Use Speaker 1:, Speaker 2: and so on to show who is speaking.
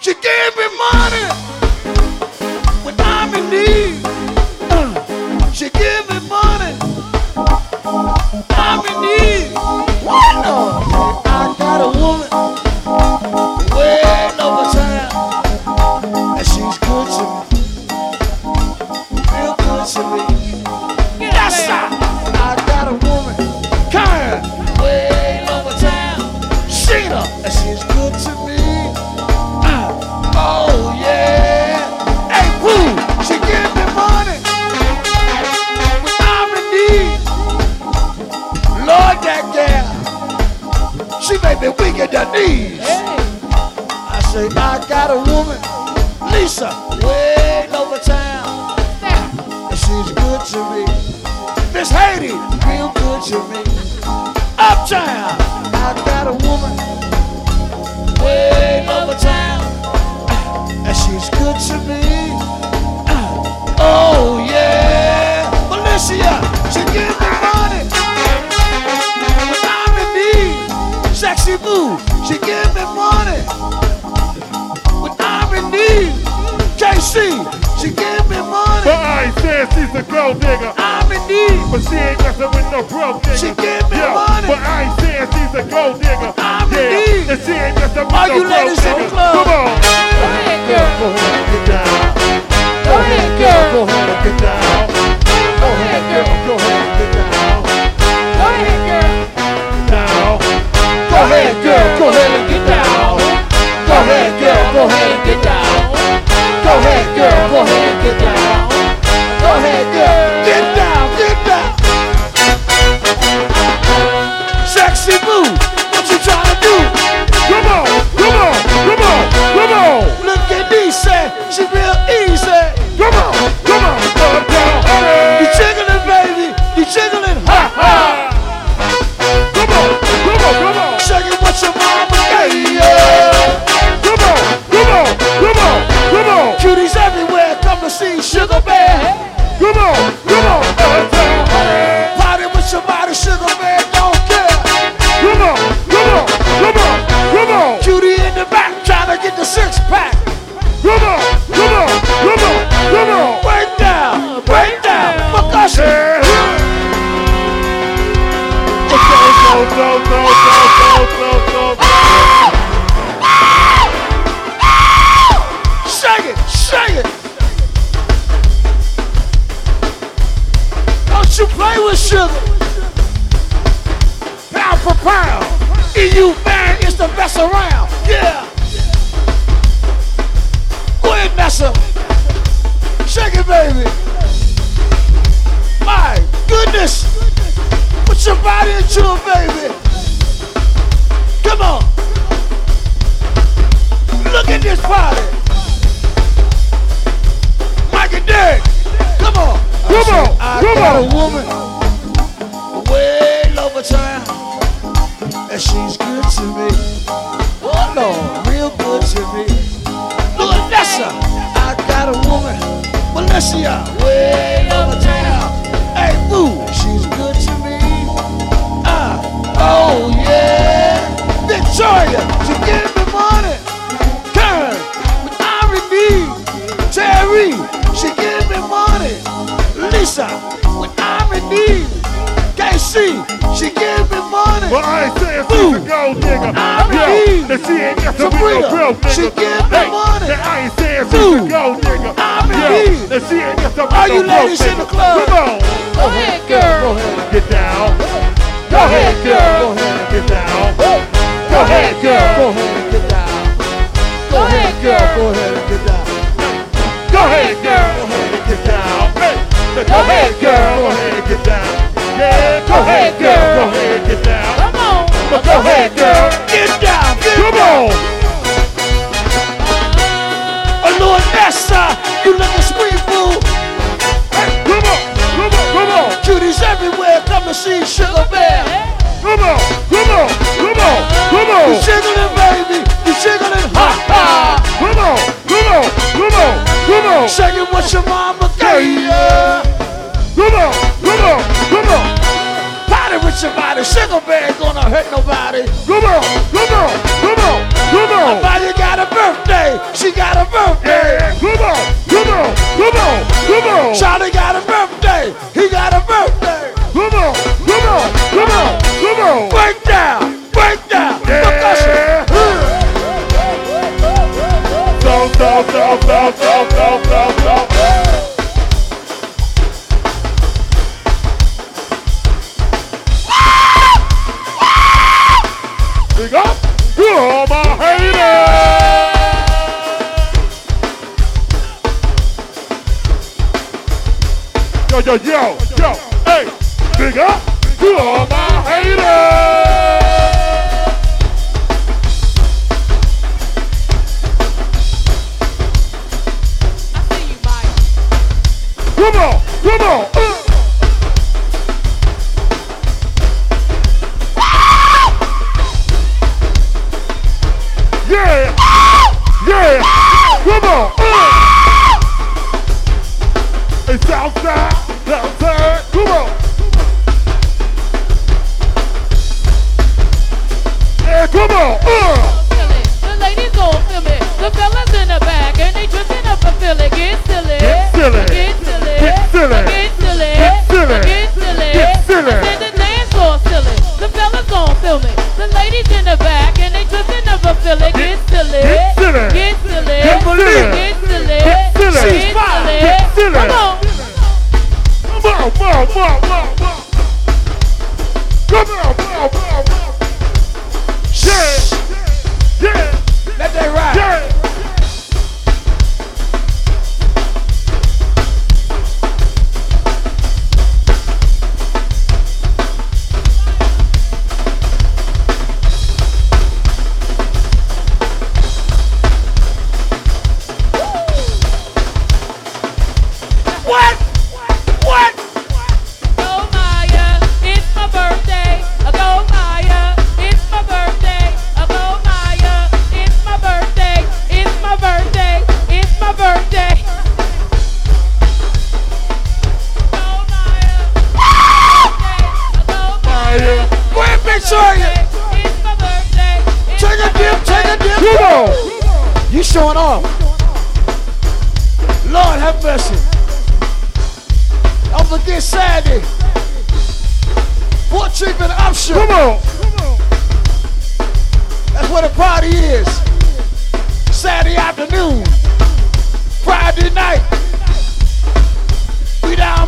Speaker 1: She gave me money when I'm in need. Uh, She gave me money. I'm in need. What the? I got a woman way over time, and she's good to me, real good to me. Yes, sir. I got a woman kind, way over time. She her, and she's good to me. Uh, oh yeah. Hey, woo. She give me money when I'm in need. Lord, that girl, she made me weak at the knees. I say, I got a woman, Lisa, way over town. And she's good to me. Miss Haiti, real good to me. Uptown, I got a woman, way over town. And she's good to me. Oh, yeah. Felicia, she give me money. When I'm in need. Sexy boo, she give me money when I'm in need. JC, she give me money.
Speaker 2: But I ain't saying she's a girl nigga.
Speaker 1: I'm in need.
Speaker 2: But she ain't messing with no broke nigga.
Speaker 1: She give me
Speaker 2: yeah.
Speaker 1: money.
Speaker 2: But I ain't saying she's a gold nigga.
Speaker 1: I'm
Speaker 2: yeah.
Speaker 1: indeed.
Speaker 2: And she ain't messing with
Speaker 1: All
Speaker 2: no
Speaker 1: you
Speaker 2: broke
Speaker 1: ladies in the
Speaker 2: nigga.
Speaker 1: club.
Speaker 2: Come on.
Speaker 1: Go ahead, get down. Go ahead, girl. Go ahead, get down. Go ahead, girl. Go ahead, get down. Down. Go ahead, girl. Go ahead and get down. Go ahead, girl. Go ahead and get down. Go ahead, girl. Go ahead and get down. Go ahead, girl. Get down. Get down. Sexy boo, what you trying to do?
Speaker 2: Come on. Come on. Come on. Come on.
Speaker 1: Look at these, say, she real easy.
Speaker 2: Come on. Come on. Uptown
Speaker 1: You
Speaker 2: honey.
Speaker 1: jiggling, baby. You jiggling, ha ha.
Speaker 2: Come on. Come on. Come on.
Speaker 1: Show you what your mama gave you.
Speaker 2: Come on. Come on. Come on. Come on.
Speaker 1: Cuties everywhere come to see Sugar Bear.
Speaker 2: Come on. Come on. Uptown honey.
Speaker 1: Party with your body, Sugar Bear don't care.
Speaker 2: Come on. Come on. Come on. Come on.
Speaker 1: Cutie in the back trying to get the six pack.
Speaker 2: Come on, come on, come on, come on.
Speaker 1: Break down, break down, percussion.
Speaker 2: Yeah. No, no, no, no, no, no, no, no.
Speaker 1: Shake it, shake it. Don't you play with sugar. Pound for pound. EU man is the best around. Yeah. Go ahead, mess up. Shake it, baby. My goodness. Put your body into it, baby. Come on. Look at this party. Mike and Dick. Come on.
Speaker 2: Come on,
Speaker 1: I
Speaker 2: come
Speaker 1: got
Speaker 2: on.
Speaker 1: a woman way over time, and she's good to me. Oh Lord, real good to me. Look at Nessa. I got a woman, Melissa, way over time. Hey, boo, she's good to me. Ah, oh yeah. Victoria, she gave me money. Karen, when I'm in need. Terry, she gave me money. Lisa, when I'm in need. KC, she gave me money.
Speaker 2: But I ain't saying she's a
Speaker 1: Ooh.
Speaker 2: gold nigga.
Speaker 1: I'm
Speaker 2: Yo,
Speaker 1: in.
Speaker 2: that she ain't messing with
Speaker 1: Sabrina,
Speaker 2: no real nigga.
Speaker 1: she give me
Speaker 2: hey,
Speaker 1: money.
Speaker 2: That I ain't saying she's a
Speaker 1: Dude,
Speaker 2: gold nigga.
Speaker 1: I'm in
Speaker 2: Yo,
Speaker 1: need.
Speaker 2: that she ain't messing with
Speaker 1: All
Speaker 2: no
Speaker 1: you
Speaker 2: real
Speaker 1: ladies in
Speaker 2: nigga.
Speaker 1: the club.
Speaker 2: Come on,
Speaker 1: Go ahead, girl. Go ahead,
Speaker 2: get down. Go
Speaker 1: ahead,
Speaker 2: ahead,
Speaker 1: girl.
Speaker 2: girl. Go ahead, get down.
Speaker 1: Go ahead, girl. Go ahead and get down. Go ahead, girl. Go ahead and get down.
Speaker 2: Go ahead, girl. Go ahead and get down. Hey, go ahead, girl. Go ahead and get down. Yeah, go ahead, girl. Go ahead and get down. Come on. But go ahead, girl.
Speaker 1: Get down. Get
Speaker 2: Come on.
Speaker 1: a little Nessa. You looking sweet, boo.
Speaker 2: Hey, come on. Come on. Come on.
Speaker 1: Cuties everywhere come to see Sugar Bear.
Speaker 2: Come on. Come on. Come on. Come on.
Speaker 1: You jiggling, baby. You jiggling, ha ha.
Speaker 2: Come on. Come on. Come on. Come on.
Speaker 1: Shaking what your mama gave you. nobody. Sugar bear ain't gonna hurt nobody.
Speaker 2: Come on, come on, come on, come on.
Speaker 1: Nobody got a birthday. She got a birthday.
Speaker 2: Yeah, come on, come on, come on, come on.
Speaker 1: Charlie got a birthday. He got a birthday.
Speaker 2: Come on, come on, come on, come on.
Speaker 1: Break down, break down.
Speaker 2: Yeah. So, so, so, so, so, so, so, so. Big up to all my haters. Yo, yo, yo, yo, hey. Big up to all my haters.
Speaker 3: I see you, Mike.
Speaker 2: Come on, come on. Uh. Yeah, yeah. Come on. Uh. It's outside, outside. Come on. Yeah, come on. Uh.
Speaker 3: Feel it. The ladies gon' feel it. The fellas in the back and they tripping up a feel it. Get silly.
Speaker 2: Get silly.
Speaker 3: Get silly.
Speaker 2: Get silly.
Speaker 3: Get silly.
Speaker 2: Get silly. Get
Speaker 3: Get silly.
Speaker 2: silly.
Speaker 3: I said the dance floor silly. The fellas gon' feel it. The ladies in the back and they tripping up a feel it. Get silly.
Speaker 2: Get silly.
Speaker 3: Get silly.
Speaker 2: Get silly.
Speaker 3: Get silly.
Speaker 2: Get silly.
Speaker 3: Get silly.
Speaker 2: Get silly.
Speaker 3: Come on.
Speaker 2: Come on, come on, come on, come on. Come on, come on, come on, come on. Yeah, yeah,
Speaker 1: Let that ride.
Speaker 2: yeah.
Speaker 1: What? What?
Speaker 3: Go Maya, it's my birthday. Uh, Go Maya, it's my birthday. Uh, Go Maya, it's my birthday. It's my birthday. It's my birthday. Go Maya, it's my birthday. Uh, Go Maya,
Speaker 1: Go ahead, big Sawyer.
Speaker 3: it's my birthday. It's
Speaker 1: Take
Speaker 3: my
Speaker 1: a dip,
Speaker 3: birthday.
Speaker 1: take a dip.
Speaker 2: Come on.
Speaker 1: You showing off. Lord have mercy. Don't forget Saturday. What treatment option?
Speaker 2: Come on.
Speaker 1: That's where the party is. Saturday afternoon. Friday night. We down